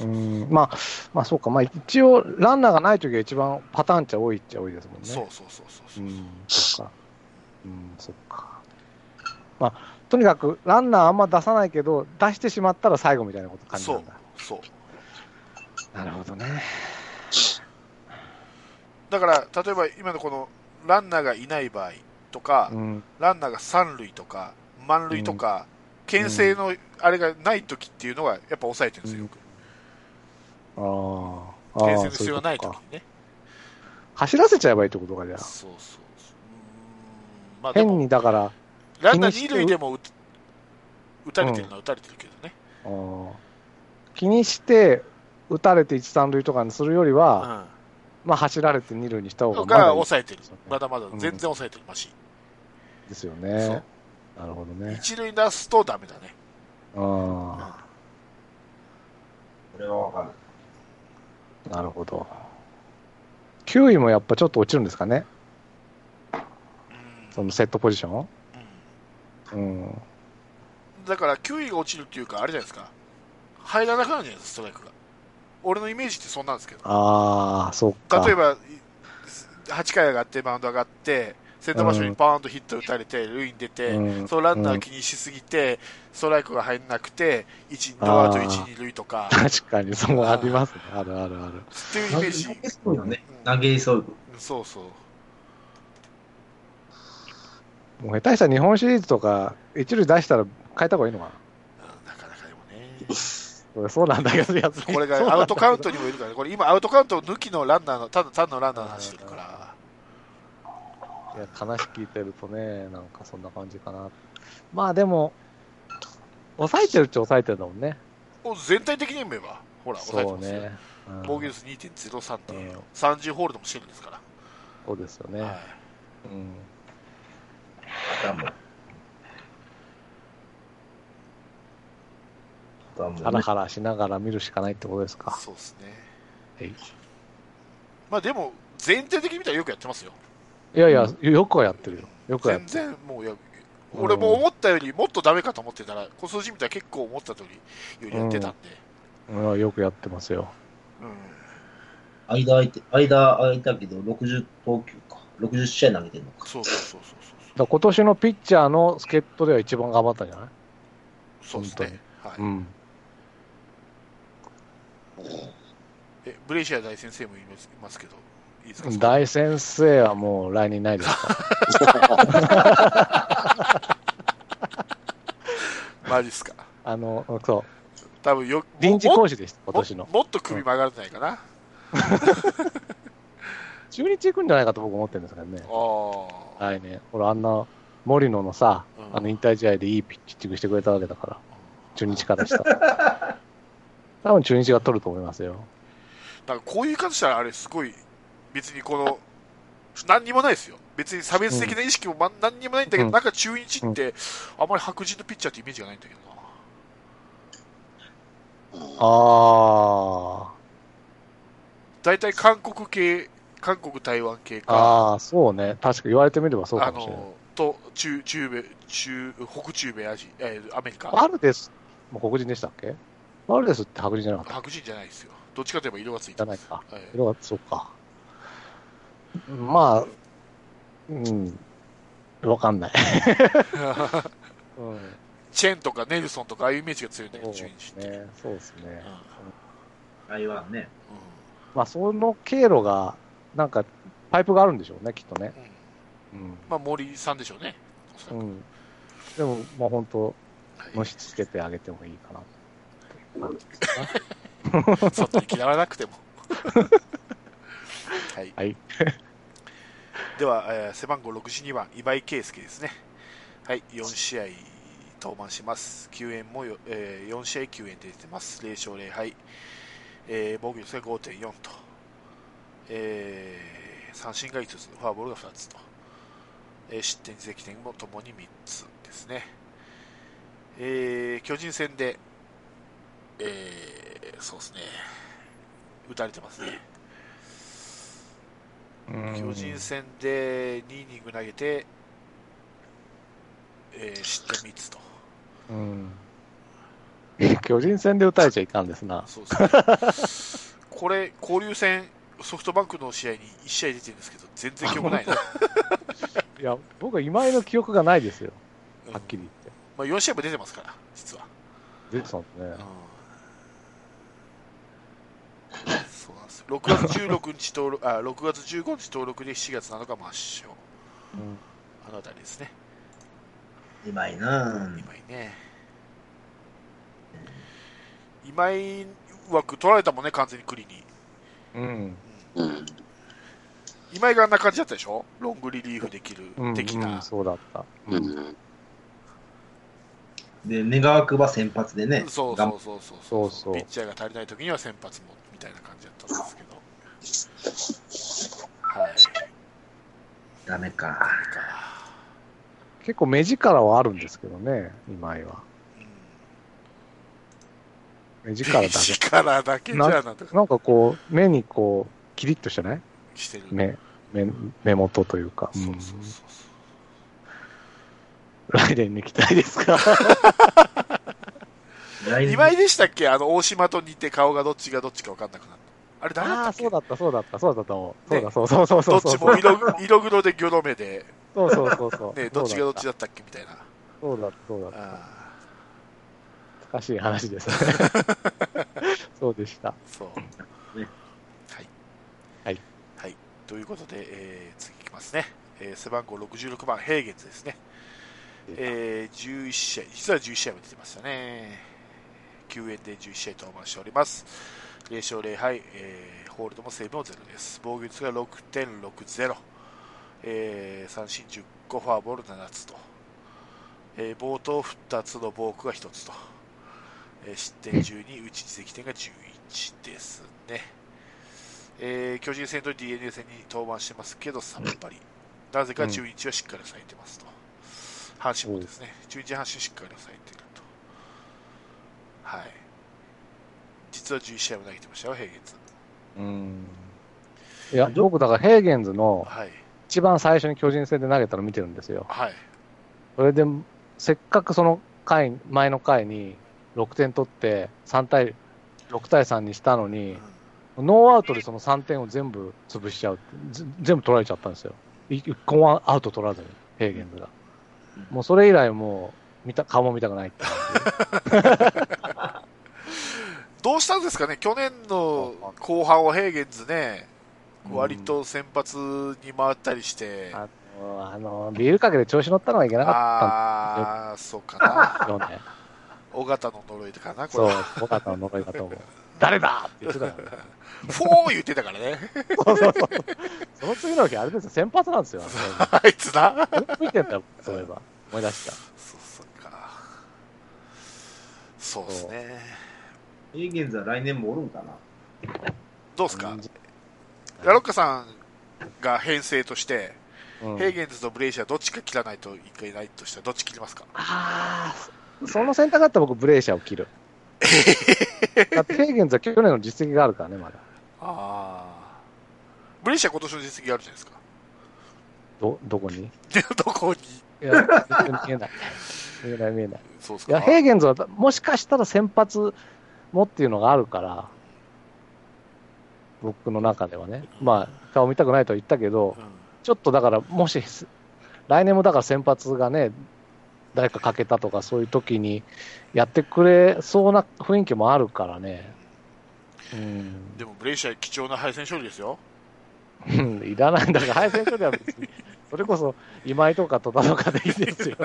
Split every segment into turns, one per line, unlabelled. うんまあ、まあ、そうか、まあ、一応、ランナーがないときが一番パターンっちゃ多いっちゃ多いですもんね。
そうそうそうそうう。
ん、そっか。うん、そっか。まあ、とにかく、ランナーあんま出さないけど、出してしまったら最後みたいなこと感じなんだ。
そう
なるほどね。
だから、例えば今のこのランナーがいない場合とか、
うん、
ランナーが三塁とか、満塁とか、牽制のあれがないときっていうのが、やっぱ抑えてるんですよ、よく。
あーあー。
牽制の必要がない
そう
と
うこ
きにね。
とか走らせちゃえばいいってことか、じゃあ。
そうそうそう。うーんまあで
変
も、
に、だから、
ランナー
気にし
二
て
塁でも打打たれてるのは打たれてるけどね。
あー気にして、打たれて1、3塁とかにするよりは、
う
まあ、走られて二塁にした方が
ん。
ま
が
だいい
抑えてる
そうね。
まだまだ
うん
全然抑えてるマシ
ですよ
そう
ね。なるほどね。
一塁出すとダメだね。
あ
これはわかる。
あ、なるほど。9位もやっぱちょっと落ちるんですかね、
うん
そのセットポジション。
う
うん、
んだから9位が落ちるっていうか、あれじゃないですか。入らなくなるんじゃないですか、ストライクが。俺のイメージってそんなんですけど。
ああ、そっか。
例えば、8回上がって、マウンド上がって、センター場所にパーンとヒット打たれて、塁に出て、
うん
そのランナー気にしすぎて、ストライクが入らなくて、1、ノーアウト1、2塁とか、
確かに、そうありますね。あるあるある。
っていうイ
投
メ
げ
ージ。
そうよね。投げ急ぐ。
うんそうそう。
もう下手したら日本シリーズとか、一塁出したら変えた方がいいのか
うんなかなかでもね。
な。そうなんだけど、やつ
これがアウトカウントにもいるからね、これ今アウトカウント抜きのランナーの、ただ単のランナーの話してるから。
いや話聞いてるとね、なんかそんな感じかな。まあでも、抑えてるっちゃ抑えてるんだもんね。
お全体的に見れば、ほら、抑えて
そう
ますよ
ね。うん
防御率2.03で
うん
30ホールドもしてるんですか
そうですよね。
ら。はい
うん
頭。
ハ
頭
ラハラしながら見るしかないってことですか。
そうですね。
い
まあでも、全体的に見たらよくやってますよ。
いやいや、よくはやってるよ。よくはやっ
全
てる。
然もうや、俺も思ったよりもっとダメかと思ってたら、この数字見たら結構思った通りよりやってたんで。
うんよくやってますよ。
うん
間空いて、間空いたけど、60投球か。60試合投げてんのか。
そうそうそうそう
だから今年のピッチャーの助っ人では一番頑張ったんじゃない
そう。そうですね。は
う
い。
ん。
え、ブレイシア大先生もいますいますけど、いいですか
大先生はもう来年ないですか
マジっすか。
ら。あの、そう、
多分よ、
臨時
も
講師です、今
も
年の。
もっと首曲がるんじゃないかな。あ
中日行くんじゃないかと僕思ってるんですけどね。
あ。
来年、ほら、あんな森野のさ、
うん
あの引退試合でいいピッチングしてくれたわけだから、中日からしたら。 多分中日が取ると思いますよ。
なんかこういう感じしたら、あれ、すごい、別にこの、何にもないですよ。別に差別的な意識も、ま何にもないんだけど、
うん
なんか中日って、あまり白人のピッチャーってイメージがないんだけどな。
あ
大体韓国系、韓国、台湾系
あ、
か、
ああ、そうね。確か言われてみればそう
あ
かもしれない。
の、と、中、中米、中、北中米アジ、えーアメリカ。
バルデスも黒人でしたっけバルデスって白人じゃなかった
白人じゃないですよ。どっちかといえば色がつい
じ
て
ゃな
ま
い
す。
か。
はい
色は、そうか。まあ、うん、わかんない。うん、
チェンとかネルソンとか、ああいうイメージが強いんだけ
そ
ど、
う
中
で
日
す
って。うん
ね。そうですね。
台湾ね。
まあ、その経路が、なんか、パイプがあるんでしょうね、きっとね。
うんうん
うん。
まあ、森さんでしょうね。おそらく
うん、でも、まあ、本当、
はい
のしつけてあげてもいいかな。
そんなに嫌わなくても。はい。
はい
では、えー背番号62番、今井圭介ですね。はい、4試合登板します。救援もよ、え4試合救援で出てます。0勝0敗。えー防御率が5.4と。えー三振が5つ、フォアボールが2つと。えー失点、自責点もともに3つですね。えー巨人戦で、えーそうですね、打たれてますね、巨 人戦で2イニング投げて、えー失点3つと、
うん。巨人戦で打たれちゃいかんですな。
そうです ねこれ、交流戦、ソフトバンクの試合に1試合出てるんですけど、全然記憶ないな、
いや、僕は今井の記憶がないですよ。
うん
はっきり
まあ、4試合も出てますから、実は。
言って。出てたんですね。
そうなんですよ6月16日登録あ6月15日登録で7月7日抹消
うん
あのあたりですね、
うまいなぁ。
今井ね今井枠取られたもんね完全に栗に
うん。
うん。
今井があんな感じだったでしょロングリリーフできる
うん。
的な、
うんそうだった。
う
うん
ん。
で、願わくば先発でね。
そう
が
そ
ん
うそうそう
そうそう
ピッチャーが足りない時には先発もみたいな感じだったんですけどはい
ダメか。
なんか
結構目力はあるんですけどね、今井は。
うん
目力だ け。
力だけじゃなんとか
なんかこう、目にこう、キリッとしてない
してる
目、目、目元というか。
そうそう
うん
そうそう
ライデンに期待ですか
来年
今井でしたっけあの、大島と似て顔がどっちがどっちか分かんなくなった。あれ誰だっ
あ
た
あ、
っけ
そうだった、そうだった、そうだったもう。
ね
そうだ、そうそうそうそうそ
どっ
う。
ちも色黒色黒でギョロ目で、
そうそうそうそう。
ね、どっちがどっち
だ
だったっけみたいな。
そうだった、そうだった。
ああ
難しい話 ですね。そうでした。
そう。
ね
はい。
はい。
はい。ということで、えー次いきますね。えー背番号66番、平月ですね。えー、11試合、実は11試合も出てましたね。9円で11試合登板しております。0勝0敗、えーホールドもセーブも0です。防御率が6.60、えー、三振10個、フォアボール7つと、えー、冒頭2つのボークが1つと、えー失点12、打ち自責点が11ですね。えー巨人戦と d n a 戦に登板してますけど、さっぱり。なぜか中日はしっかり抑えてますと。阪神もですね、中日阪神しっかり抑えてると。はい。実は11試合も投げてましたよ、平月。
うん。いや、僕、だからヘーゲンズの
はい。
一番最初に巨人戦で投げたの見てるんですよ。
はい。
それで、せっかくその回、前の回に6点取って、3対、6対3にしたの
うん
に、ノーアウトでその3点を全部潰しちゃうって、ぜ全部取られちゃったんですよ。1個もアウト取らずに、ヘーゲンズが。もうそれ以来もう、見た、顔も見たくないって感
どうしたんですかね、去年の後半は平月ね、
じ。
割と先発に回ったりして、
あの、あのビールかけで調子乗ったのはいけなか
ああー、そうかな
っ。たんですよね。
尾形の呪いかな、こ
そう
れ。、
尾形の呪いだと思う。誰だって言ってたからね。
フォー言ってたからね。
そうそうそう。その次の日、あれですよ、先発なんですよ。
あいつな。
見てんだよ、そういえば。思い出した。
そうそうか。そうですね。
エーゲンズは来年もおるんかな。
どうですかラロッカさんが編成として、
うん
ヘーゲンズとブレイシャーどっちか切らないといけないとしたらどっち切りますか
ああ、その選択だったら僕、ブレーシャーを切る。 だって、ヘーゲンズは去年の実績があるからね、まだ。
ああ。ブレイシャー今年の実績あるじゃ ないですか。
ど、どこにい
でどこに
や、全然見えない。見えない、見えない。
そうです
い
か
や、ヘーゲンズは、もしかしたら先発もっていうのがあるから、僕の中ではね。まあ、顔見たくないとは言ったけど、
う
ちょっとだから、もし、来年もだから先発がね、誰か欠けたとか、そういう時にやってくれそうな雰囲気もあるからね。うん
ん、でもブレイシャー貴重な敗戦勝利ですよ。
うんいらないんだから、敗戦処理は別に、それこそ今井とか戸田とかでいいですよ。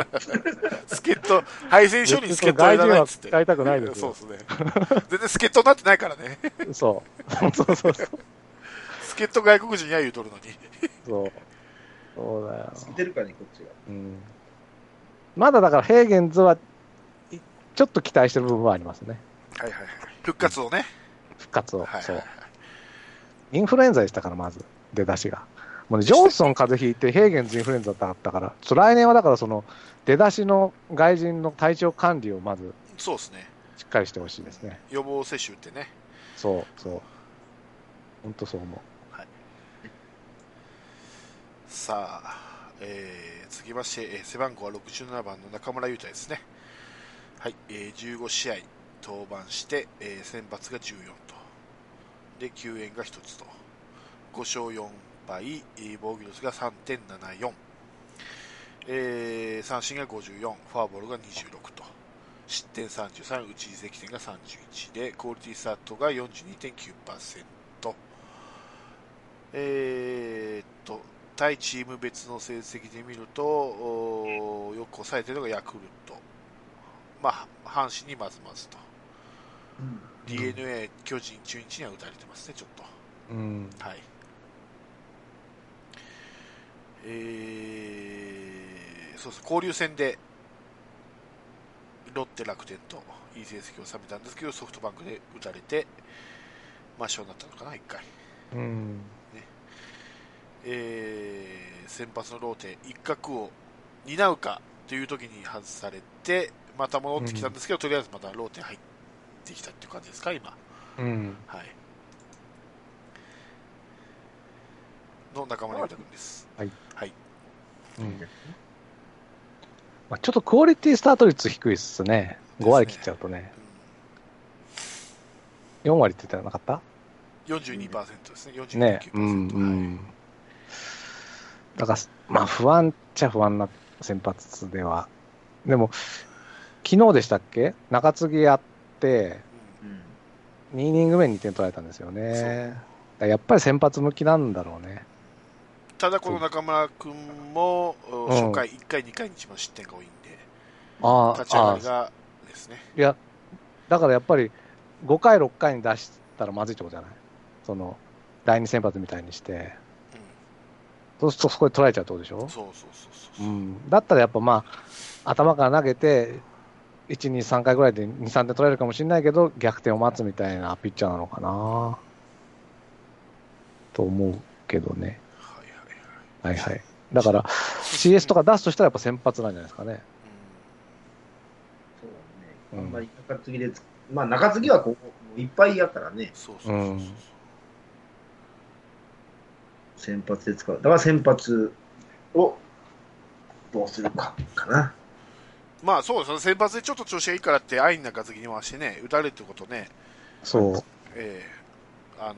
助っ人、敗戦勝利に助っ人はいらないっつっ
別にその
て。
外人は使いたくないです
そう
よ
ですね。全然助っ人になってないからね。
そう。そうそうそう。
助っ人外国人や言うとるのに。
そうそうだよ。
捨てるかね、こっちが。
うん、まだだから、ヘーゲンズはいちょっと期待してる部分はありますね。
はいはいはい。復活をね。
復活を。
はいはい
そ
は
う
い。。
インフルエンザでしたから、まず、出だしが。もうね、ジョンソン風邪ひいて、ヘーゲンズインフルエンザだったから、ちょっと来年はだから、その、出だしの外人の体調管理をまず、
そうですね。
しっかりしてほしいですね。
予防接種打ってね。
そう、そう。本当そう思
さあ、えー、続きまして、えー背番号は67番の中村優太ですね。はい、えー、15試合、登板して、えー先発が14と。で、救援が1つと。5勝4敗、えー防御率が3.74。えー三振が54、フォアボールが26と。失点33、うち移籍点が31で、クオリティスタートが42.9%。えーっと、対チーム別の成績で見ると、おーよく抑えてるのがヤクルト。まあ、阪神にまずまずと。
うん。
d n a 巨人、中日には打たれてますね、ちょっと。
うん。
はい。えー、そうです交流戦で、ロッテ、楽天といい成績を収めたんですけど、ソフトバンクで打たれて、抹消になったのかな、1回。
うん。
えー先発のローテ、一角を担うかという時に外されて、また戻ってきたんですけど、とりあえずまたローテ入ってきたっていう感じですか、今。
うん。
はい。の中村裕太君です。
うんまあ、ちょっとクオリティスタート率低いっすね。5割切っちゃうとね。
う
4割って言ってなかった
ん、42%ですね、42.9%。
ね。うん。うん。だから、まあ不安っちゃ不安な先発では。でも、昨日でしたっけ中継ぎやって、
うん。
2イニング目に2点取られたんですよね。だからやっぱり先発向きなんだろうね。
ただ、この中村君も、お
うん
初回、1回、2回に一番失点が多いんで、
あ
立ち上
あ
がりがですね。
いや、だからやっぱり5回、6回に出したらまずいってことじゃないその、第二先発みたいにして、そうするとそこで取られちゃうってことでし
う
ょ
ん、そうそうそうそうう。
ん。だったらやっぱまあ、頭から投げて、1、2、3回ぐらいで2、3点取られるかもしれないけど、逆転を待つみたいなピッチャーなのかなと思うけどね。
はいはいはい。
はいはい。だから、CS とか出すとしたらやっぱ先発なんじゃないですかね。
そうだ
うん
ね。あんまり中継ぎでつ、まあ中継ぎはこう、もういっぱいやからね、
そうそうそうそう。
先発で使う。だから先発をどうするか、かな。
まあそうですね、先発でちょっと調子がいいからって、安易な担ぎに回してね、打たれるってことね、
そう。
ええあのー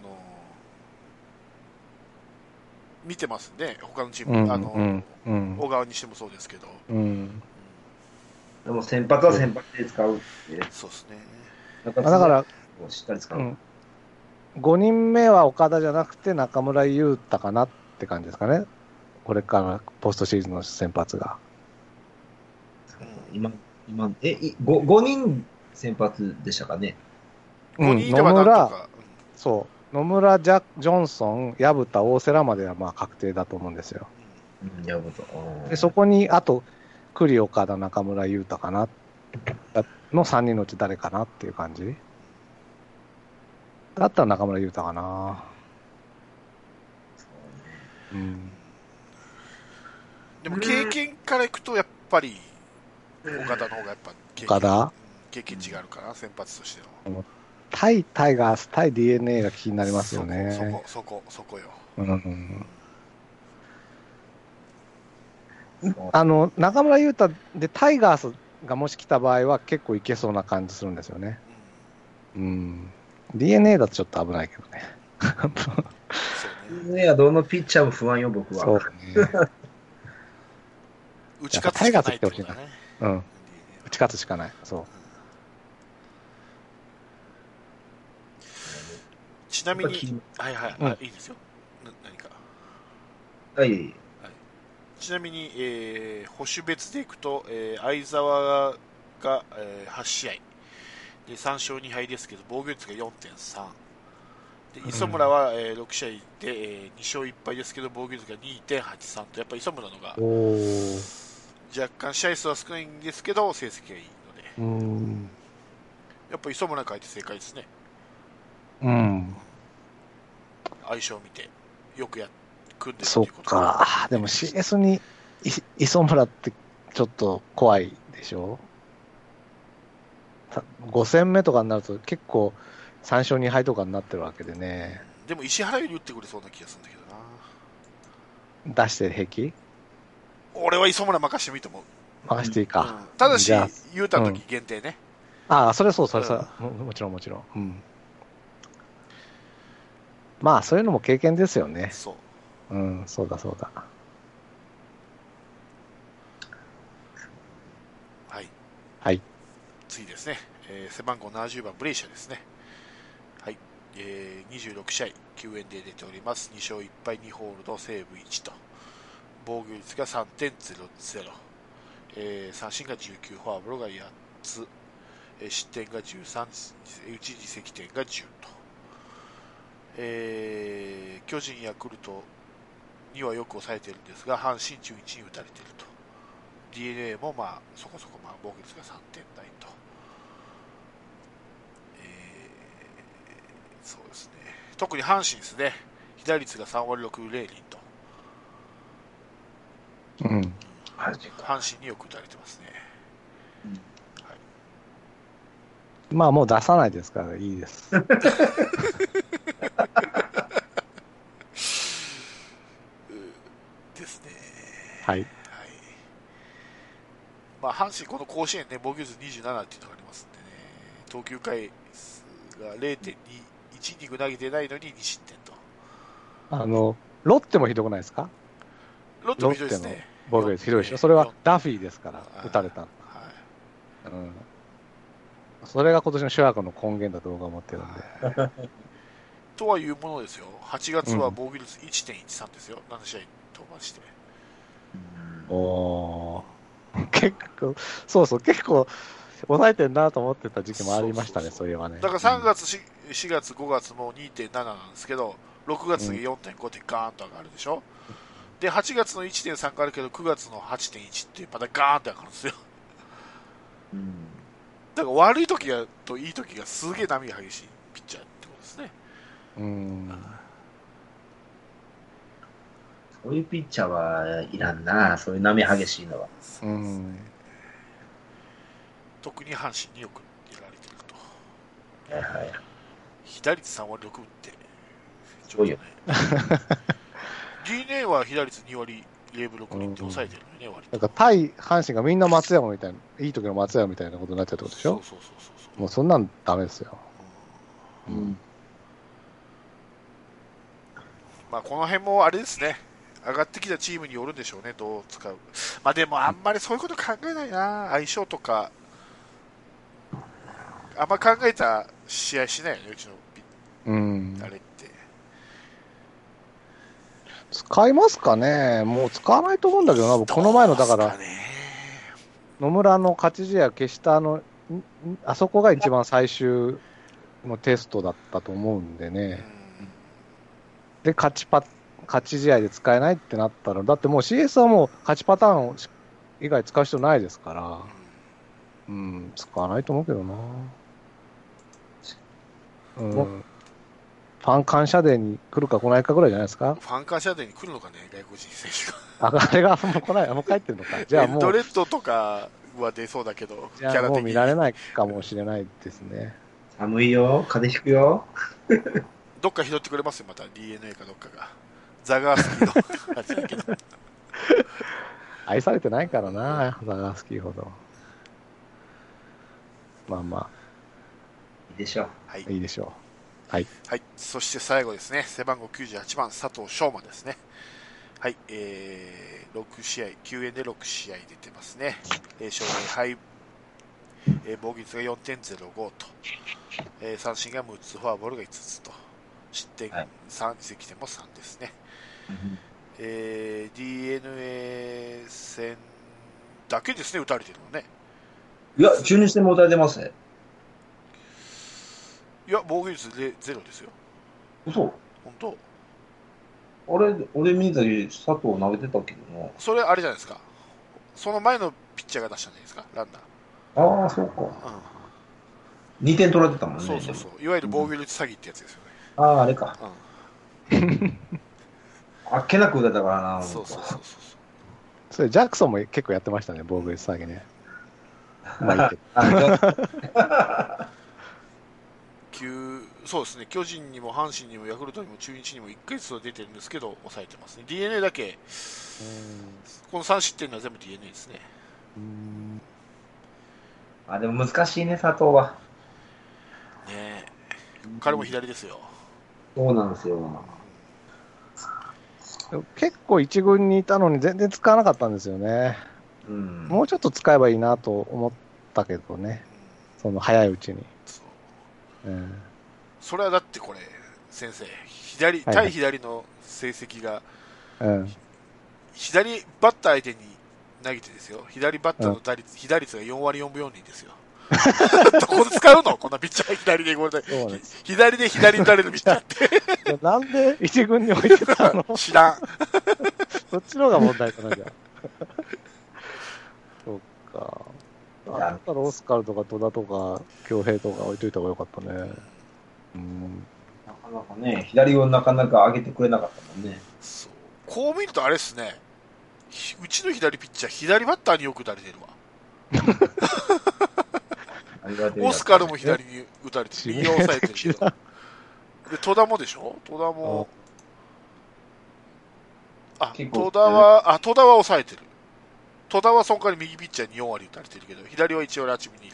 見てますね、他のチーム、
うん、
あの
うん、うん
小川にしてもそうですけど、
うん。
でも先発は先発で使うって。
そうですね、
中
まあだから、
もうしっかり使う。
うん、5人目は岡田じゃなくて中村優太かなって感じですかね、これからポストシーズンの先発が。
今、今、え、いご5人先発でしたかね。
う
五
ん、
人
野
ではなんと
村、
か、
そう、野村ジャ、ジョンソン、薮田、大瀬良まではまあ確定だと思うんですよ。
うん、やぶと。
でそこにあと、栗岡田、中村優太かな、の3人のうち誰かなっていう感じ。だったら中村優太かな。うん、
うんでも経験からいくと、やっぱり岡田の方がやっぱ経験
岡田
経験値があるかな、先発としての。
対タイガース、対 d n a が気になりますよね。
そこ、そこ、そこよ。
うんあの中村優太でタイガースがもし来た場合は結構いけそうな感じするんですよね。
うん
うん、d n a だとちょっと危ないけどね。
そうね。
ね、どのピッチャーも不安よ、僕
そう
は。
ね。
打ち勝つしかないって
やっぱタイガー
こと
ス来てほしいな
だね。
うん、打ち勝つしかない。そう
ちなみに、はいはい、あ
うん
いいですよ。な何か。
はい。
ちなみに、えー、保守別でいくと、えー、相沢が、えー、8試合で3勝2敗ですけど防御率が4.3で磯村は、えー、6試合で、えー、2勝1敗ですけど防御率が2.83とやっぱり磯村のが。若干試合数は少ないんですけど成績がいいの
う
で
ん。
やっぱ磯村書いて正解ですね
うん。
相性を見てよくやっ組んでるって
そ
いううこと
か。でも CS にい磯村ってちょっと怖いでしょた ?5 戦目とかになると結構3勝2敗とかになってるわけでね。
でも石原より打ってくれそうな気がするんだけどな
出して平気
俺は磯村任してもいいと思う
任していいか。
うんただし
じゃあ、
言うた時限定ね。
ああ、それそう、それそう、ももちろん、もちろん。うん。まあ、そういうのも経験ですよね。
そう。
うん、そうだ、そうだ。
はい。
はい。
次ですね。えー背番号70番、ブレイシャですね。はい。えー26試合、9円で出ております。2勝1敗、2ホールド、セーブ1と。防御率が3.00。えー三振が19、フォアボールが8つ。えー失点が13、うち自責点が10と。えー巨人、ヤクルトにはよく抑えているんですが、阪神、中1に打たれていると。d n a もまあそこそこまあ防御率が3点台と、えーそうですね特に阪神ですね被打率が3割6零厘と
うん。
マジか。
阪神によく打たれてますね
まあ、もう出さないですから、いい です。
ですね
はい。
はいまあ阪神この甲子園ね防御率27っていうのがありますんでね投球回数が0.21イニング投げてないのに2失点と
あの、ロッテもひどくないですか
ロッテもひどいですね
防御率ひどいでしょ。それはダフィーですから
あ、ー
打たれたの。
はい
うん。それが今年の主役の根源だと僕は思ってるんで。
とはいうものですよ、8月は防御率1.13ですよ、7試合登板して。
うん
おー 結構、そうそう、結構、抑えてんなと思ってた時期もありましたね、
そ
そういえばね。
だから3月、し4月、5月も2.7なんですけど、6月が4.5ってガーンと上がるでしょ、で8月の1.3があるけど、9月の8.1ってまたガーンと上がるんですよ、
うん
だから悪い時がといい時がすげえ波が激しいピッチャーってことですね。
うん。
そういうピッチャーはいらんな、そういう波激しいのは。
うん。
特に阪神によくやられてると、
はいはい。
被打率3割6分って、
すごいよ
DNA は被打率2割0分6厘って抑えてるのよね、割
なん
と。
か対阪神がみんな松山みたいな、いい時の松山みたいなことになっちゃうってことでし
そう
ょ
そうそうそう
もうそんなんダメですよ。
うん。
まあこの辺もあれですね、上がってきたチームによるんでしょうね、どう使う。まあでもあんまりそういうこと考えないな、相性とか。あんま考えた試合しないよね、うちのピ
うん
あ。れって。
使いますかねもう使わないと思うんだけどな、僕この前のだか
どう
ら
で、すね
野村の勝ち試合を消したあの、んんあそこが一番最終のテストだったと思うんでね。
うん
で、勝ちパ、勝ち試合で使えないってなったら、だってもう CS はもう勝ちパターンをし以外使う必要ないですから、うん、使わないと思うけどな。うん。ファン感謝デーに来るか来ないかぐらいじゃないですか。
ファンカーシャーデーに来るのかね、外国人選手が。
ああれがもう来ない、もう帰ってるのか。じゃあ
エン
も
ド
う
レ、ッドとかは出そうだけど、キ
じ
ャ
ゃあ
ラ
もう
的
見
に。
られないかもしれないですね。
寒いよ、風邪ひくよ。
どっか拾ってくれますよ、また DNA かどっかが。ザガースキー の感じだけど。
愛されてないからな、ザガースキーほど。まあま
いいでしょう。
はい
あ、いいでしょ
はい、そして最後ですね、背番号98番、佐藤昌磨ですね。はい、えー、6試合、9円で6試合出てますね。えー、勝敗、えー防御率が4.05と、えー三振が6つ、フォアボールが5つと、失点
はい
3、自責点も3ですね。えー、DNA 戦だけですね、打たれてるのね。
いや、中日戦も打たれてますね。
いや、防御率ゼゼロですよ。
嘘
本当
あれ、俺見た時、佐藤投げてたけどな。
それあれじゃないですか。その前のピッチャーが出したんじゃないですか、ランナー。
ああ、そうか。
うん
2点取られてたもんね。
そうそうそう、いわゆる防御率詐欺ってやつですよね。
ああ、あれか。
うん
あっけなく打たれたからな。
そうそうそうそう
う。それジャクソンも結構やってましたね、防御率下げね。まあいい けど。
あじゃあ
急そうですね、巨人にも阪神にもヤクルトにも中日にも1回ずつは出てるんですけど、抑えてますね、d n a だけ、この3失点が全部 d n a ですね。
うん
あ、でも難しいね、佐藤は。
ねえ彼も左ですよ。
そうなんですよ。
でも結構一軍にいたのに全然使わなかったんですよね。
うん。
もうちょっと使えばいいなと思ったけどね。その早いうちに。
そう
うん
それはだってこれ、先生、左、
はい
対左の成績が、
うん、
左バッター相手に投げてですよ、左バッターの打率、被打率が4割4分4厘ですよ。 どこで使うのこんなピッチャー左でごめんなさい
そうで
左で左に打たれるピッチャーっ
なんで一軍に置いてたの
て知らん。
そっちの方が問題かな、じゃあ。そっか。あだったらオスカルとか戸田とか京平とか置いといた方がよかったね。うん。
なかなかね、左をなかなか上げてくれなかったもんね。
そうこう見るとあれですね、ひうちの左ピッチャー、左バッターによく打たれてるわ。
ありがてえ
オスカルも左に打たれて、右を抑えてるけど。で、戸田もでしょ戸田も。あ、
結構
戸田は、あ、戸田は抑えてる。戸田はその代わり右ピッチャーに4割打たれてるけど、左は1割8分2厘。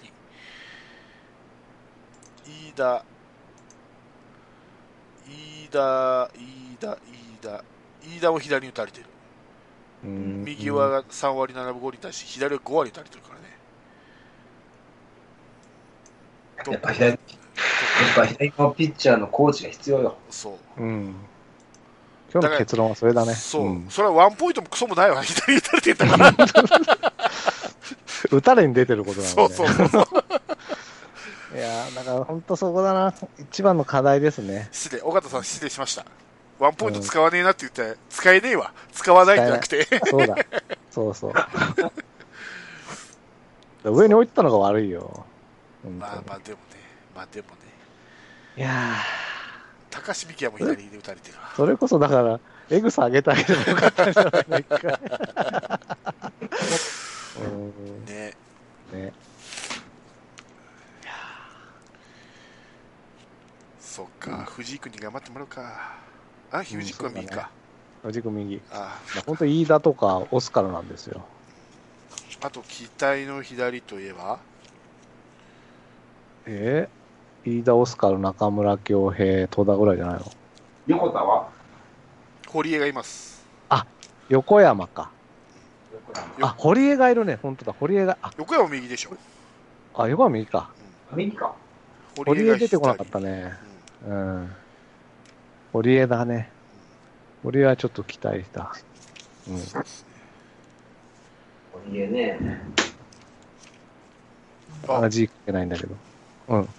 飯田、飯田、飯田、飯田、飯田も左に打たれてる。
うん
右は3割7分5厘に対して、左は5割打たれてるからね。
やっぱ左、やっぱ左のピッチャーのコーチが必要よ。
そう。
うん。今日の結論はそれだね。
そう、
ん
それはワンポイントもクソもないわ、 左打たれてたから、
打たれに出てることなんで、
そ
ね。
うそうそうそう、
いやーだから本当そこだな。一番の課題ですね。
失礼、尾形さん、失礼しました、ワンポイント使わねえなって言ったら、使えねえわ、使わないんじゃなくて、
そうだ。そうそう。上に置いてたのが悪いよ。本当に
まあまあ、でもね、まあでもね、
いや
高橋幹也も左で打たれてるわ
ー、それこそだから、エグさ上げてあげればよかったんじゃないの一回う
ね、
んね、
そっか、藤井君に頑張ってもらうか、あ、藤井君は
うん
右
そうだね
か、
同じく右。
あ
本当飯田とかオスカルなんですよ。
あと、期待の左といえば、
えー、飯田、オスカル、中村恭平、戸田ぐらいじゃないの
横田は
堀江がいます、
横山か。
横田
あ、堀江がいるね。本当だ。堀江が、あ、
横山右でしょ、
あ横山右か。
右か。
堀江
が
出てこなかっ
左
たね。
うん
うん。堀江だね。堀江はちょっと期待した。うん。
そうですね
堀江ね。
あ
あ、字書けないんだけど。うん。
今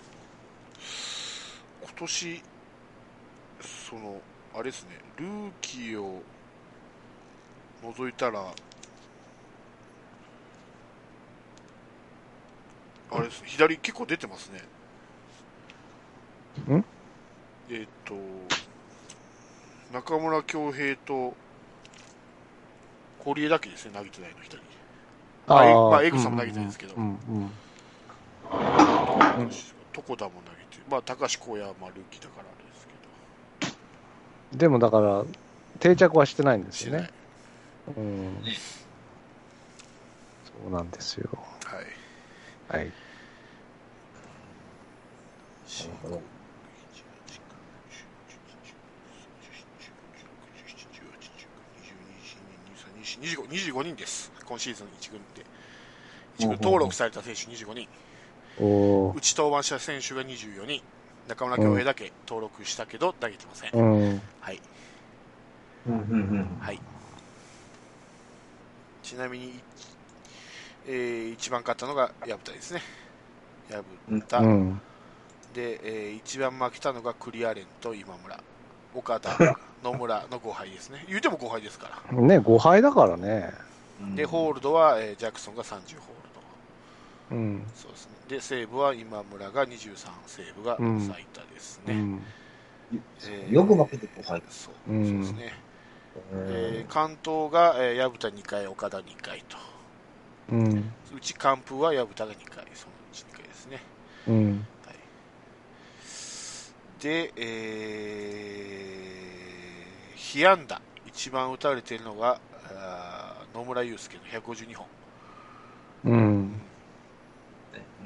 年そのあれですねルーキーを除いたらあれですね左結構出てますね
ん
えっ、と中村恭平と堀江だけですね投げてないの左まあエグまあエグさも投げてないですけど
うんうん。ん
床田も投げてまあ高橋光也はまあルーキーだからあれですけど
でもだから、定着はしてないんですよね
し。
うん。そうなんですよ。
ないはい
はい。
25人です、今シーズン1軍で。1軍登録された選手25人、
おお
う。ち登板した選手が24人、中村恭平だけ登録したけど投げてません。
うん。
はい、
うんうんうん。
はい。ちなみに、えー一番勝ったのが薮田ですね。薮田、
うん。
で、えー一番負けたのがクリアレンと今村、岡田、野村の5敗ですね。言うても5敗ですから。
ね、5敗だからね。
で、ホールドは、えージャクソンが30ホールド。
うん。
そうですね。で、セーブは今村が23、セーブが
うん
最多です
う
ね。
ん。
えー
よく負けて後輩。
そう
うん
そうですね。えー関東が、えー、矢蓋2回、岡田2回と。
うん。
うち完封は矢蓋が2回、そのうち2回ですね。
うん。
はい、で、えー、被安打、一番打たれているのがあー野村祐介の152本、
うん。
う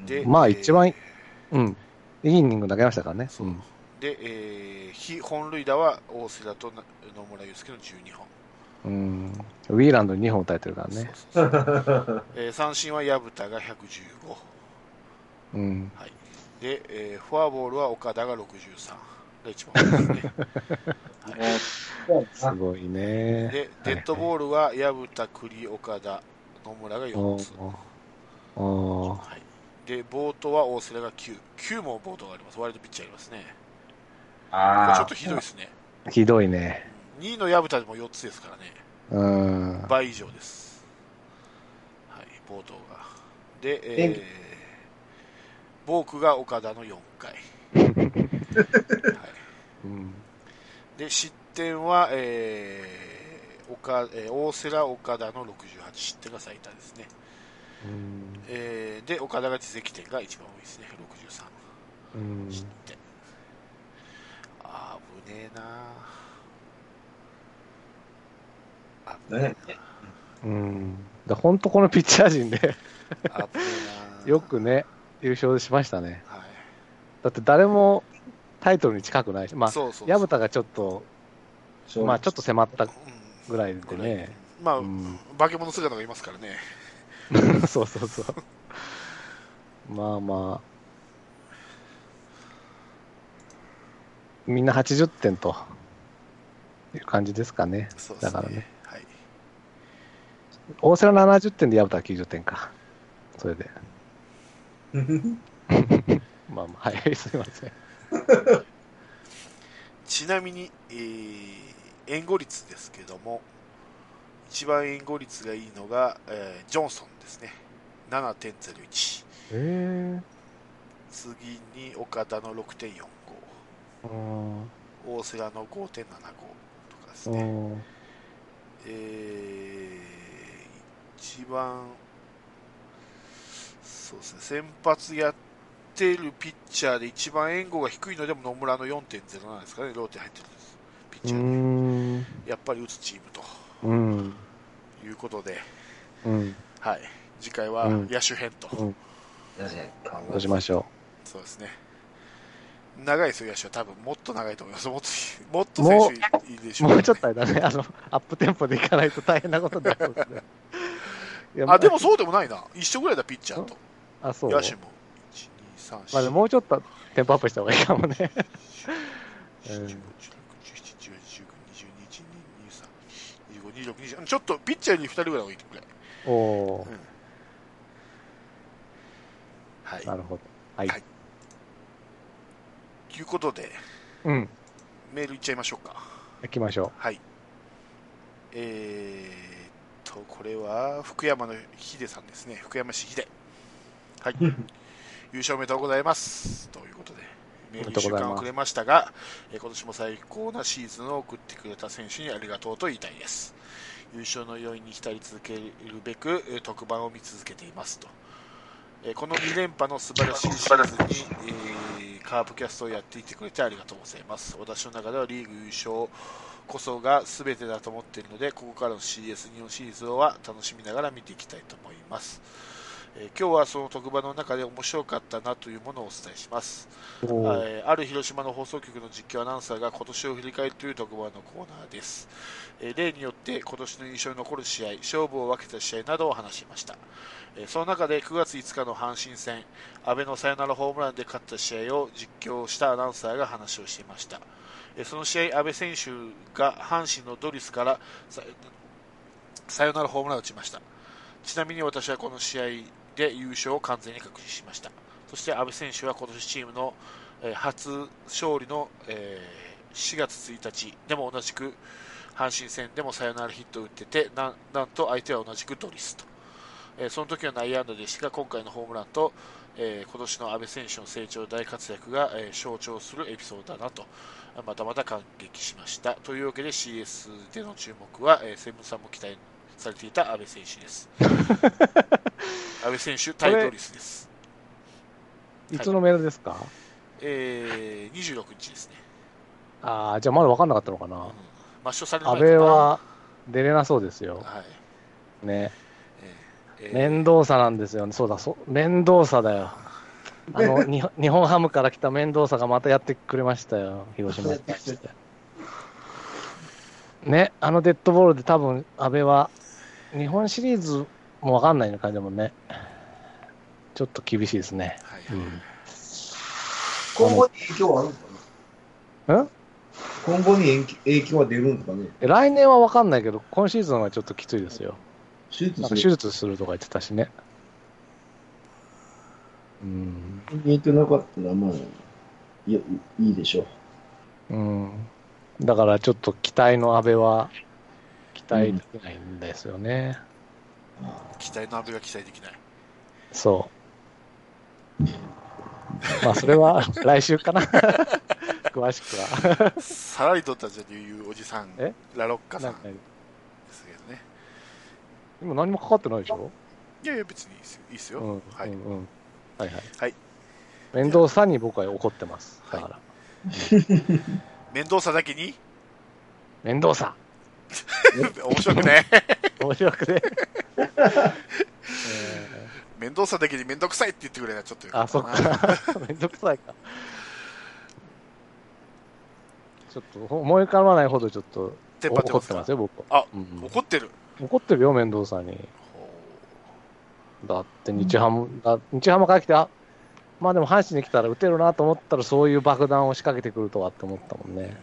で
まあ
えー
一番、うん、いいイニング投げましたからね。
そう
うん、
で、えー非本塁打は大瀬良とな野村祐介の12本、
うん、ウィーランドに2本打たれてるから
そう
ね。
そうそう えー三振は薮田が115、
うん、
はい、で、えーフォアボールは岡田が63が一番多い ですね
すごいね。
でデッドボールは薮田、栗、岡田、野村が4つ、
おーおー
はい、でボートは大瀬良が9、9もボートがあります、割とピッチャーありますね、これちょ
あ
っとひどいですね、
ひどいね。
2位の薮田でも4つですからね。
うん。
倍以上です、はい、冒頭が。で、
元
えー、ボークが岡田の4回、 はい、
うん
で失点は、えー岡えー大瀬良、岡田の68失点が最多ですね、
うん
えーで岡田が自責点が一番多いですね、63
うん
失点。あぶねえなあぶねえ
うん。だ本当このピッチャー陣で
なあぶね えな
よくね、優勝しましたね。
はい
だって誰もタイトルに近くないし、まあ、
そうそうそう
薮田がちょっと、
あ、
まあちょっと 迫った
う
ぐらいで
ん
ね。
まあ、
うん
化け物姿がいますからね、
そうそうそう。まあまあ。みんな80点という感じですかね。
そうです
だ
ね
からね。
はい、
大瀬良70点で薮田は90点か。それで。まあまあ、はい、すいません。
ちなみに、えー援護率ですけども、一番援護率がいいのが、えージョンソンですね、7.01、
え
次に岡田の6.45、
えー。
大瀬良の5.75とかです
う
ね、
ん。
えー一番、そうですね、先発やってるピッチャーで一番援護が低いのでも野村の4.07ですかね、ローテ入ってるんですピッ
う
チャー
ん。
で、やっぱり打つチームと
うん。
いうことで、
うん。
はい、次回は
うん
野手編と、
うん
確かに
どうしましょ
そうですね。長いですよ、野手は多分もっと長いと思います。もっともっと
もう
選手いいでし
う。
ょ
もうちょっ
ね
とあれだね、あの、アップテンポでいかないと大変なことになるそうですね。いやま
あ、でもそうでもないな。一緒ぐらいだ、ピッチャーと。
あ、そう。
野手も。1、2、3、4。
まあ、でももうちょっとテンポアップした方がいいかもね。
ちょっとピッチャーに2人ぐらい置いてくれ。
おおー、
はい。
なるほど。はい。
はいということで、
うん。
メールいっちゃいましょうか。
行きましょ
はい。えー、っと、これは福山の秀さんですね。福山市秀。はい。 優勝おめでとうございます。ということで、メール1週間遅れましたが、えー今年も最高なシーズンを送ってくれた選手にありがとうと言いたいです。優勝の余韻に浸り続けるべく、えー特番を見続けていますと。えーこの2連覇の素晴らしいシーズンに、えーカープキャストをやっていてくれてありがとうございます。私の中ではリーグ優勝こそが全てだと思っているので、ここからの CS 日本シリーズは楽しみながら見ていきたいと思います。えー今日はその特番の中で面白かったなというものをお伝えします。
う。おおー。
えーある広島の放送局の実況アナウンサーが今年を振り返るという特番のコーナーです、えー例によって今年の印象に残る試合勝負を分けた試合などを話しました、えーその中で9月5日の阪神戦阿部のサヨナラホームランで勝った試合を実況したアナウンサーが話をしていました、えーその試合阿部選手が阪神のドリスからさサヨナラホームランを打ちましたちなみに私はこの試合で優勝を完全に確認しましたそして阿部選手は今年チームのえー初勝利の、えー4月1日でも同じく阪神戦でもサヨナラヒットを打っててなんなんと相手は同じくドリスと、えーその時は内野安打でしたが今回のホームランと、えー今年の阿部選手の成長大活躍が、えー象徴するエピソードだなとまたまた感激しましたというわけで CS での注目は、えーセブンさんも期待されていた阿部選手です阿部選手対ドリスです、
いつのメールですか、
えー、26日ですね
ああ、じゃあまだ分かんなかったのかな。
抹消される
安
前か
倍、
な
は出れなそうですよ。
はい
ね。
えー
面倒さなんですよね。そうだ、そう。面倒さだよ。あ の日本日本ハムから来た面倒さがまたやってくれましたよ、広島に対して。ね、あのデッドボールで多分、阿部は、日本シリーズもわかんないのか、でもね、ちょっと厳しいですね。
はい、
うん
今後に影響はあるのか
え
な今後に影響影響は出るんですかね
来年はわかんないけど、今シーズンはちょっときついですよ。
手術
なんか
する
手術するとか言ってたしね。うん。
影響なかったら、まあ、いや、いいでしょう。
うん。だからちょっと期待の安倍は、期待できないんですよね。
期待の阿部が期待できない。
そう。まあ、それ は来週かな。 詳しくは。
さらりとったじゃんいうおじさん
え、
ラロッカさ
なん
ん
か
で、すけどね。
今何もかかってないでしょ
いやいや、別にいいですよいいっす
う
よ。
ん。
はい
うんうんはいはい。
はい。
面倒さに僕は怒ってます。だから。
面倒さだけに、
面倒さ
面白くね。
面白くね。
面倒さだけに面倒くさいって言ってくれな、ちょっとよ
あ、そっ
な
か。 めんどくさいか。ちょっと思い浮かばないほどちょっと
テンパって
怒
ま
っ
す
て
か
ますよ、僕は。
あ
うん
怒ってる。
怒ってるよ、面倒さんに。だって日ハム、あ日ハムから来て、あまあでも阪神に来たら打てるなと思ったら、そういう爆弾を仕掛けてくるとはって思ったもんね。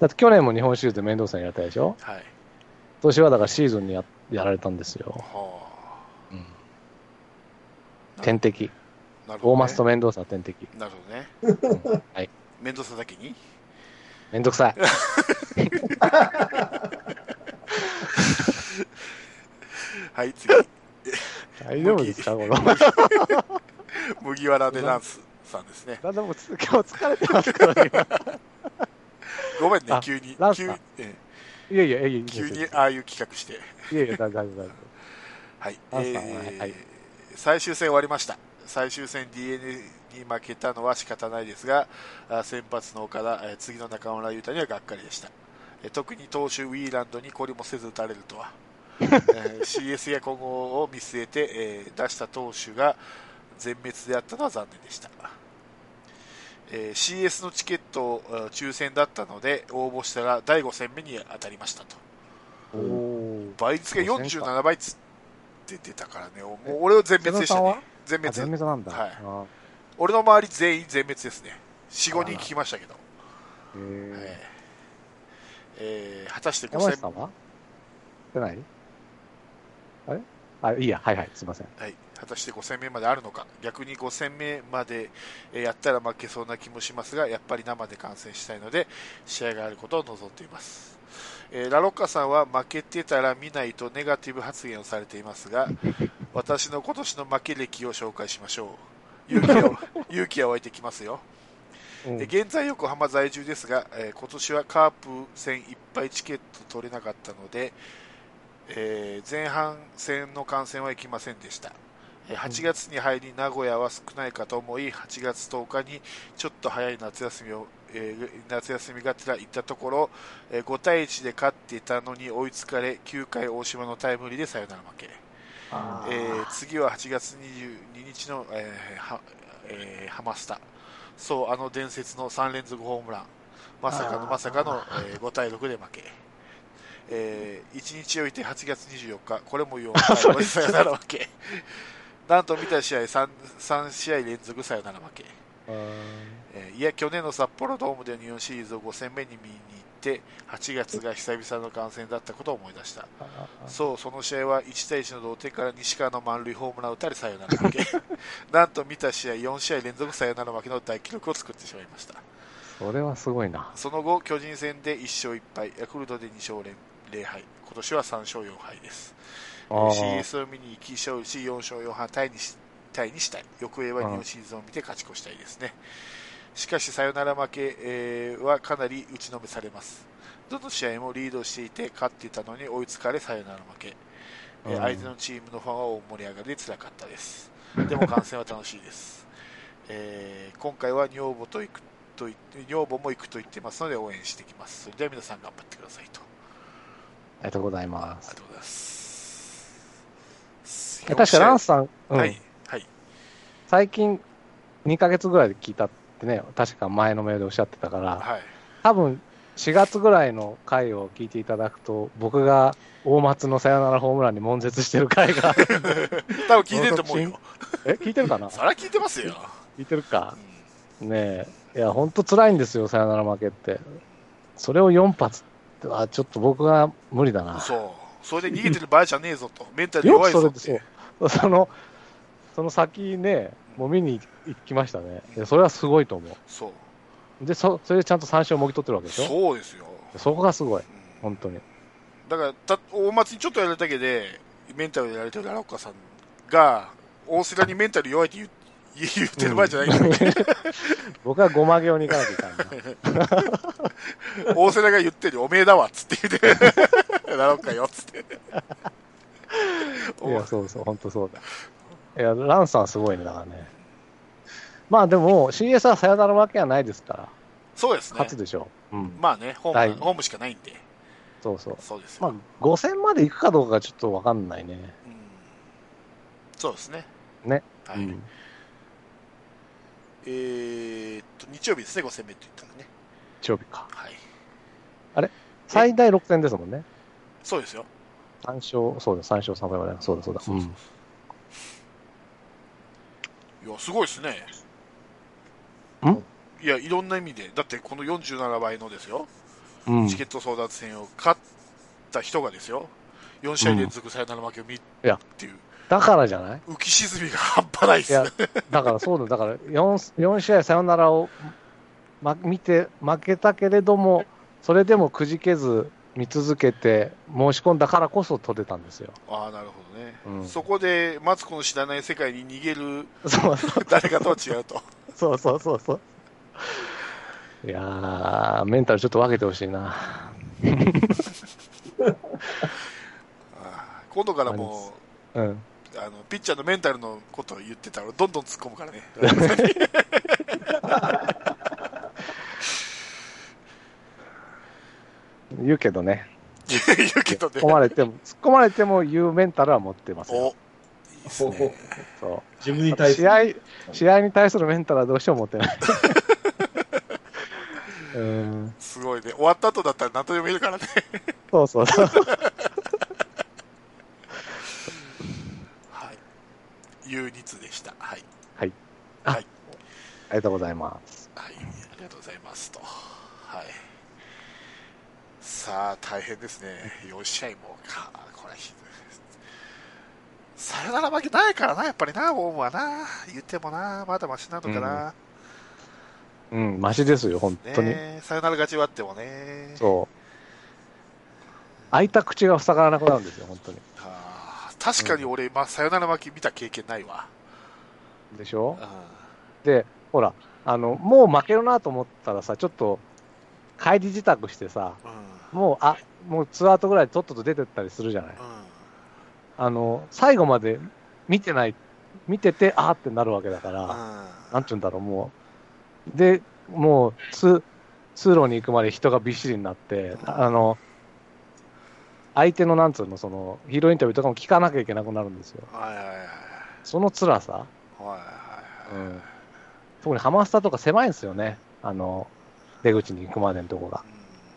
だって去年も日本シリーズで面倒さんやられたでしょ
はい。
今年はだからシーズンにややられたんですよ。
は
天敵。
あ。なるほど、ね。
大松と面倒さん天敵。
なるほどね。
はい。
面倒さだけに
めんどくさい。
はい、次。
大丈夫ですか、この。
麦わらでダンスさんですね。
だんだんもうつ今日疲れてますから、今。
ごめんね
あ、
急に
ラ。ンス
急
さん
え
いやいや、いやいやいい
え
です
急
よ、
にああいう企画して。
いやいや、大丈夫、大丈
はい。え
ランスさん
ー
はい
最終戦終わりました。最終戦 DNA に負けたのは仕方ないですが、あ先発の岡田、えー次の中村優太にはがっかりでした。えー特に投手ウィーランドに懲りもせず打たれるとは。えー CS や今後を見据えて、えー出した投手が全滅であったのは残念でした。えー CS のチケットえー抽選だったので応募したら第5戦目に当たりましたと。
夫。お
倍率が
5戦か
47倍つって出たからね、もう俺は全滅でした
瀬野さん
ね
は。
全
あ、
滅
全滅なんだ。
はい
あ
俺の周り全員全滅ですね。4、5人聞きましたけど。
へー
えーえー果たして5
山内
戦
さんは出ないあれあ、いいや、はいはい、すいません。
はい、果たして5戦目まであるのか、逆に5戦目までえーやったら負けそうな気もしますが、やっぱり生で観戦したいので、試合があることを望んでいます。えーラロッカさんは負けてたら見ないとネガティブ発言をされていますが、私の今年の負け歴を紹介しましょう。勇気を勇気は湧いてきますよ。
うん
で現在横浜在住ですが、えー今年はカープ戦いっぱいチケット取れなかったので、えー前半戦の観戦は行きませんでしたえー8月に入り名古屋は少ないかと思い8月10日にちょっと早い夏休みを、えー夏休みがてら行ったところ、えー5対1で勝っていたのに追いつかれ9回大島のタイムリーでサヨナラ負け
あ
えー次は8月22日の、えーはえーハマスタそうあの伝説の3連続ホームランまさかの
あー
まさかの、えー5対6で負け、え1日置いて8月24日これも4回
それ
5でサヨナラ負けなんと見た試合 3, 3試合連続サヨナラ負けえーいや去年の札幌ドームで日本シリーズを5戦目に見に行って8月が久々の観戦だったことを思い出したそう、その試合は1対1の同点から西川の満塁ホームランを打たれサヨナラ負け。なんと見た試合4試合連続サヨナラ負けの大記録を作ってしまいました。
それはすごいな。
その後、巨人戦で1勝1敗、ヤクルトで2勝0敗、今年は3勝4敗です。
あー
CS を見に行き、勝利し4勝4敗タイにしタイにしたい。翌英は日本シリーズンを見て勝ち越したいですね。しかし、サヨナラ負け、えーはかなり打ちのめされます。どの試合もリードしていて勝っていたのに追いつかれサヨナラ負け、えー
うん
相手のチームのファンは大盛り上がりで辛かったですでも観戦は楽しいです、えー今回は女房と行くと言って女房も行くと言ってますので応援してきますそれでは皆さん頑張ってくださいと
ありがとうございま
ありが
す。
とうございます
確かランスさん、うん
はいはい
最近、2ヶ月ぐらいで聞いたってね、確か前のメールでおっしゃってたから、
はい。
多分4月ぐらいの回を聞いていただくと、僕が大松のさよならホームランに悶絶してる回が、
多分聞いてると思うよ。
え、聞いてるかな
そりゃ聞いてますよ。
聞いてる
う
か
ん。
ねえ、いや、ほんと辛いんですよ、さよなら負けって。それを4発って、あ、ちょっと僕が無理だな。
そう。それで逃げてる場合じゃねえぞと。メンタル
よ
弱
く
いぞ
それ
っ
で
て。
そう。その、その先ね、もう見に行きましたね。いやそれはすごいと思
そう。
う。で、そそれでちゃんと三振をもぎ取ってるわけでしょ
そうですよ。
そこがすごい、
うん
本当に。
だから、た大松にちょっとやられただけで、メンタルやられてるラロッカさんが、大瀬良にメンタル弱いって言う 言言ってる場合じゃないんだよね。
僕はごま行に行かなきゃいかんな。
大瀬良が言ってるよおめえだわっつって言って、 ラロッカよっつって。
いや、そうそう、本当そうだ。いや、ランさんすごいね、だからね。まあでも、CS はさよなら負けはないですから、
そうですね
勝。つでしょう。うん。
まあね、ホ
は
ー
い
ム、ホームしかないんで。
そうそう。
そうですよ
まあ、5戦まで行くかどうかがちょっとわかんないね。
うんそうですね。
ね。
はい。
うん
えーっと、日曜日ですね、5戦目って言ったらね。
日曜日か。
はい。
最大6戦ですもんね。
そうですよ。
三勝、そうだ、三勝三敗まで。そうだ、そうだ。
そうそういや、すごいですね。
ん
いや、いろんな意味で。だって、この47倍のですよ、
うん。うん
チケット争奪戦を勝った人がですよ、4試合連続サヨナラ負けを見
や
っていう、
だからじゃない
浮き沈みが半端ないで
い
す
や
ね。、
だからそうだ、だから4、四試合サヨナラを、ま、見て、負けたけれども、それでもくじけず、見続けて、申し込んだからこそ取れたんですよ。
ああ、なるほどね。
うん
そこで、マツコの知らない世界に逃げる
そうそ
誰かとは違うと。
うそうそうそう。いやー、メンタルちょっと分けてほしいな。
あー今度からもう、
うん。
あの、ピッチャーのメンタルのことを言ってたら、どんどん突っ込むからね。
言うけどね。
言うけど
突
ね
っ。込まれ ても、突っ込まれても言うメンタルは持ってます
お、い
よ。
いですね。
そう。
自分に対す
試
る
合、試合に対するメンタルはどうしても持って ない。うん、
すごいね。終わった後だったら何とでもいるからね。
そうそうそう。
はい。憂鬱でした。はい。
ありがとうございます。
はい。ありがとうございます。と。はい。さあ、大変ですね。4試合もか。これはひどいです。さよなら負けないからな、やっぱりな、ホームはな。言ってもな、まだマシなのかな。
うん、マシですよ、本当に。
ねえさよなら勝ちはあってもね。
そう。開いた口が塞がらなくなるんですよ、本当に。
あー確かに俺、まあ、さよなら負け見た経験ないわ。
でしょ
うん
で、ほら、あの、もう負けるなと思ったらさ、ちょっと、帰り自宅してさ、
う
もう、あ、もうツーアウトぐらいでとっとと出てったりするじゃない。
ん。うん。
あの、最後まで見てない、見てて、あーってなるわけだから。
う。
なんんて言うんだろう、もう。で、もう、通、通路に行くまで人がびっしりになって、あの、相手のなんつうの、その、ヒーローインタビューとかも聞かなきゃいけなくなるんですよ。
はいはいはいはい。
その辛さ、
はいは
う
いはい。
ん、特にハマスタとか狭いんですよね、あの、出口に行くまでのとこが。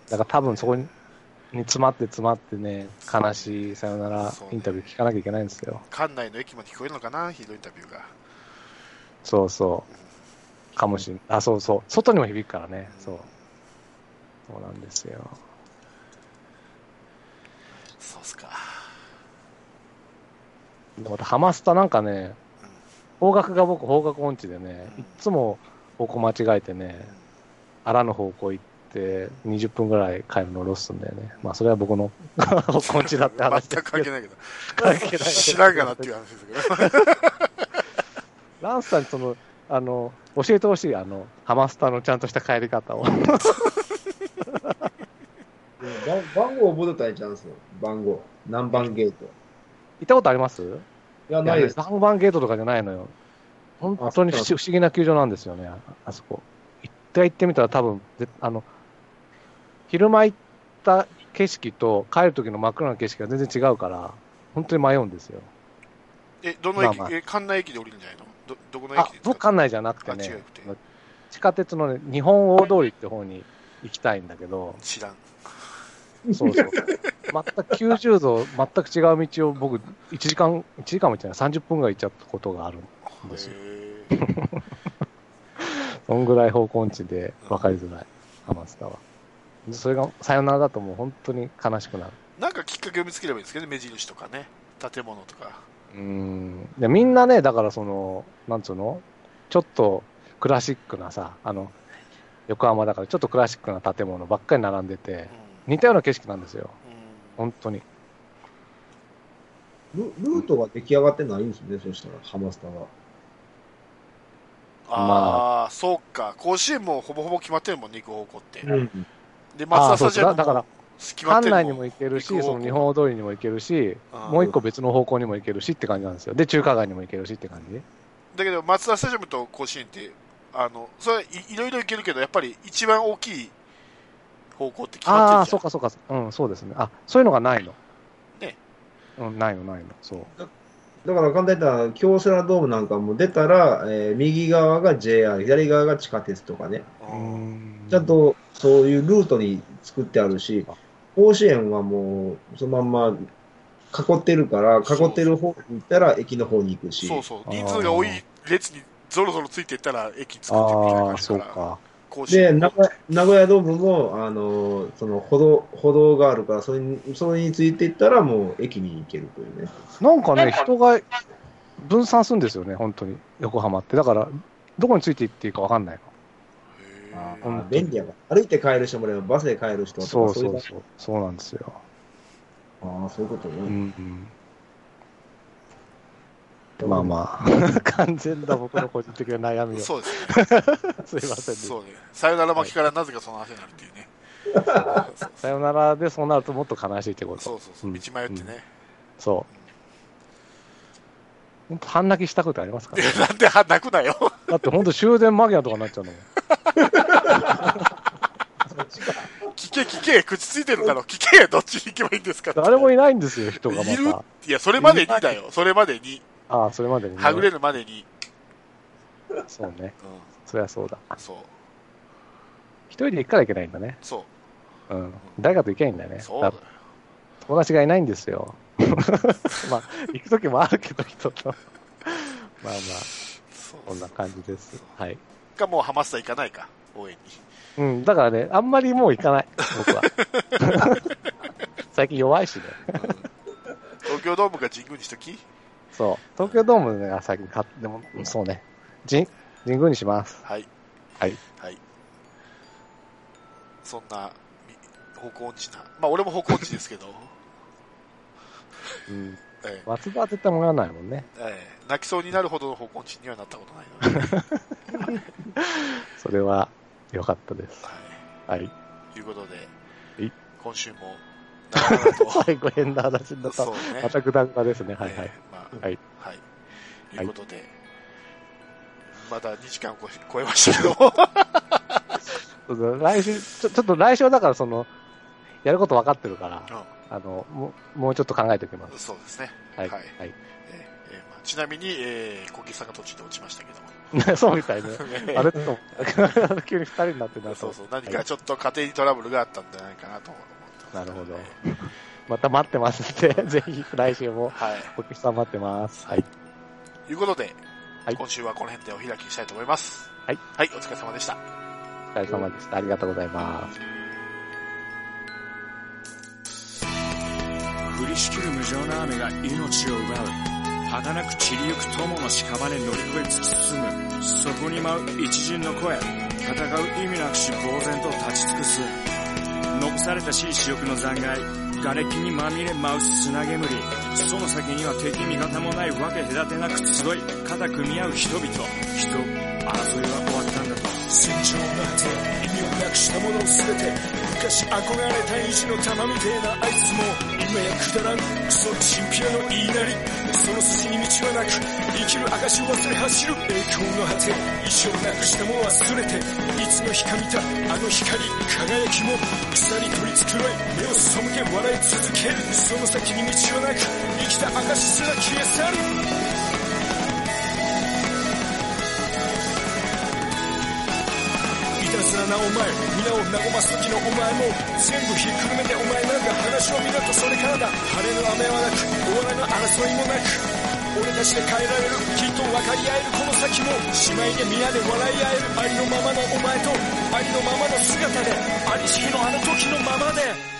だから多分そこに、に詰まって詰まってね、悲しいさよならインタビュー聞かなきゃいけないんですよ。
館内の駅まで聞こえるのかな、ヒーローインタビューが。
そうそう。かもしん、あ、そうそう。外にも響くからね。そう。そうなんですよ。
そうっすか。
でまたハマスタなんかね、方角が僕、方角音痴でね、
うん
いっつも方向間違えてね、あらぬ方向行って、20分ぐらい帰るのロスすんだよね。まあ、それは僕の方向音痴だって話
全く関係ないけど。
係ない
知らんがなっていう話ですけど。
ランスさんにその、あの、教えてほしい、あの、ハマスタのちゃんとした帰り方を。
番番号覚えとったらいいじゃんすよ。番号。何番ゲート。い
行ったことあります
や、ないです。
3番ゲートとかじゃないのよ。本当に不
あ
思
そ
不思議な球場なんですよね、ああそこ。一回行ってみたら多分、ぜあの、昼間行った景色と帰る時の真っ暗な景色が全然違うから、本当に迷うんですよ。
え、どの駅、
まあまあ
え、館内駅で降りるんじゃないのどどこの
あ
駅で、す
僕、
か
館内じゃなくて
あ違
ね
うくて、
地下鉄のね、日本大通りって方に行きたいんだけど、
知らん。
そうそう。全く90度、全く違う道を僕、1時間、一時間も行ってない、30分ぐらい行っちゃったことがある。ですよ
へえ
そんぐらい方向音痴で分かりづらい、ハマスタは。でそれが、さよならだともう本当に悲しくなる。
なんかきっかけを見つければいいですけどね、目印とかね、建物とか。
うん。で、みんなね、だからその、なんつうのちょっとクラシックなさ、あの、横浜だからちょっとクラシックな建物ばっかり並んでて
う、ん
似たような景色なんですよ。
うん
本当に。
ルルートが出来上がってないんですね、そしたら、ハマスタが。
ああ、そうか、甲子園もほぼほぼ決まってるもんね、行く方向って。
うん。
で、松田
あそ
さ
うん
じゃ
だだから
決ま
館
ってる
内にも行けるし、
行く方向
その日本通りにも行けるし、
うん
もう一個別の方向にも行けるしって感じなんですよ。で、中華街にも行けるしって感じ。
だけど、マツダスタジアムと甲子園って、あのそれはい、いろいろいけるけど、やっぱり一番大きい方向って決
あ
ま
あ、
って
そう
るじ
かそうか。うん、そうですね。あ、そういうのがないの。
ね。
うん、ないの、ないの。そう。
だから簡単に言ったら、京セラドームなんかも出たら、えー右側が JR、左側が地下鉄とかね、
ゃん。うん
ちゃんとそういうルートに作ってあるし、甲子園はもう、そのまんま囲ってるから、囲ってる方に行ったら駅の方に行くし、
そうそう、人数が多い列にぞろぞろついていったら、駅作ってるみたいな
ああ
感
ー、
じ
そ
だ
う
から、
か。
甲子
で
園
名古屋名古屋ドームも、あのーその歩道歩道があるからそれに、それについていったら、もう駅に行けるというね。
なんかね、人が分散するんですよね、本当に。横浜って。だから、どこについていっていいかわかんない
へ
あ
ー
うん
ー便利やから歩いて帰る人もいれば、バスで帰る人
の。
とか、
そうそう
い
そう。そうなんですよ。
ああ、そういうことね。
うん、うん。まあまあ、完全な僕の個人的な悩みを。す
そうですね。
いませんでした
そうね。さよなら巻きからなぜかその話になるっていう ね。
さよならでそうなるともっと悲しいってこと。
そうそうそう。
うん
道迷ってね。
そう。本当、半泣きしたことありますか、
い
ね、
やなんで泣くなよ。
だって本当終電間際とかになっちゃうのもん。
聞け聞け、口ついてるだろ。聞け、どっちに行けばいいんですかって
誰もいないん ですよ、人が
いる
ま
いや、それまでにだよ。それまでに。
た。ああ、それまでに、ね。
はぐれるまでに。
そうね。
う
そりゃそうだ。
ん。そう。
一人で行くからいけないんだね。
そ
うん。誰かと行けないんだ
う。
ね。
そうだ
だ
よ。
友達がいないんです よ。まあ、行くときもあるけど、人と。 まあまあ、
そう
こんな感じです。はい。
か、もうハマスタ行かないか。応援に。
うん、だからね、あんまりもう行かない、僕は。 最近弱いしね。
東京ドームか神宮にしとき
そう。東京ドームが最近買って、でも、そうね。神、神宮にします。
はい。
はい。
はい。そんな、み方向音痴な。まあ、俺も方向音痴ですけど。
うん。
ええ
松田は絶対もらわないもんね。
ええ泣きそうになるほどの方向音痴にはなったことない ので。
それは、良かったです。
はい。
はい。
ということ
は
で
い、
今週も、なかなか と、
最後変な話になった
そ。うね
ま。たグダグダですね。はいはい
え。ーまあ、
は
はいい。ということで、まだ2時間を超え超えましたけど も、
そうだ来週、ちょちょっと来週はだからその、やること分かってるから、あの、もう、もうちょっと考えておきます。
そうですね。
はい。は
はいえーえーまあ、ちなみに、えー、小木さんが途中で落ちましたけども
い。そうみたいね。 あれと思った、 急に二人になってな。
そうそうう、何かちょっと家庭にトラブルがあったんじゃないかなと思ってます
なるほどまた待ってますんで、ぜひ来週も、
はい。
お客さん待ってます。はい。
ということで、
はい
今週はこの辺でお開きにしたいと思います。
はい。
はい、お疲れ様でした。
お疲れ様でした。ありがとうございます。
降りしきる無情な雨が命を奪う儚く散りゆく友の屍乗り越え突き進むそこに舞う一陣の声戦う意味なくし呆然と立ち尽くす残されたしい死翼の残骸瓦礫にまみれ舞う砂煙その先には敵味方もないわけ隔てなく集い肩組み合う人々人争いは終わったんだと戦場なんて意味をなくしたもの全て昔憧れた意地の玉みてえなあいつも今やくだらんクソチンピラの言いなりその筋に道はなく生きる証を忘れ走る栄光の果て意地をなくしたも忘れていつの日か見たあの光輝きも草に取り繕い目を背け笑い続けるその先に道はなく生きた証すら消え去るなお前皆を和ます時のお前も全部ひっくるめてお前なんか話を見ろとそれからだ晴れの雨はなく終わらぬ争いもなく俺たちで変えられるきっと分かり合えるこの先も姉妹で皆で笑い合えるありのままのお前とありのままの姿でありしきのあの時のままで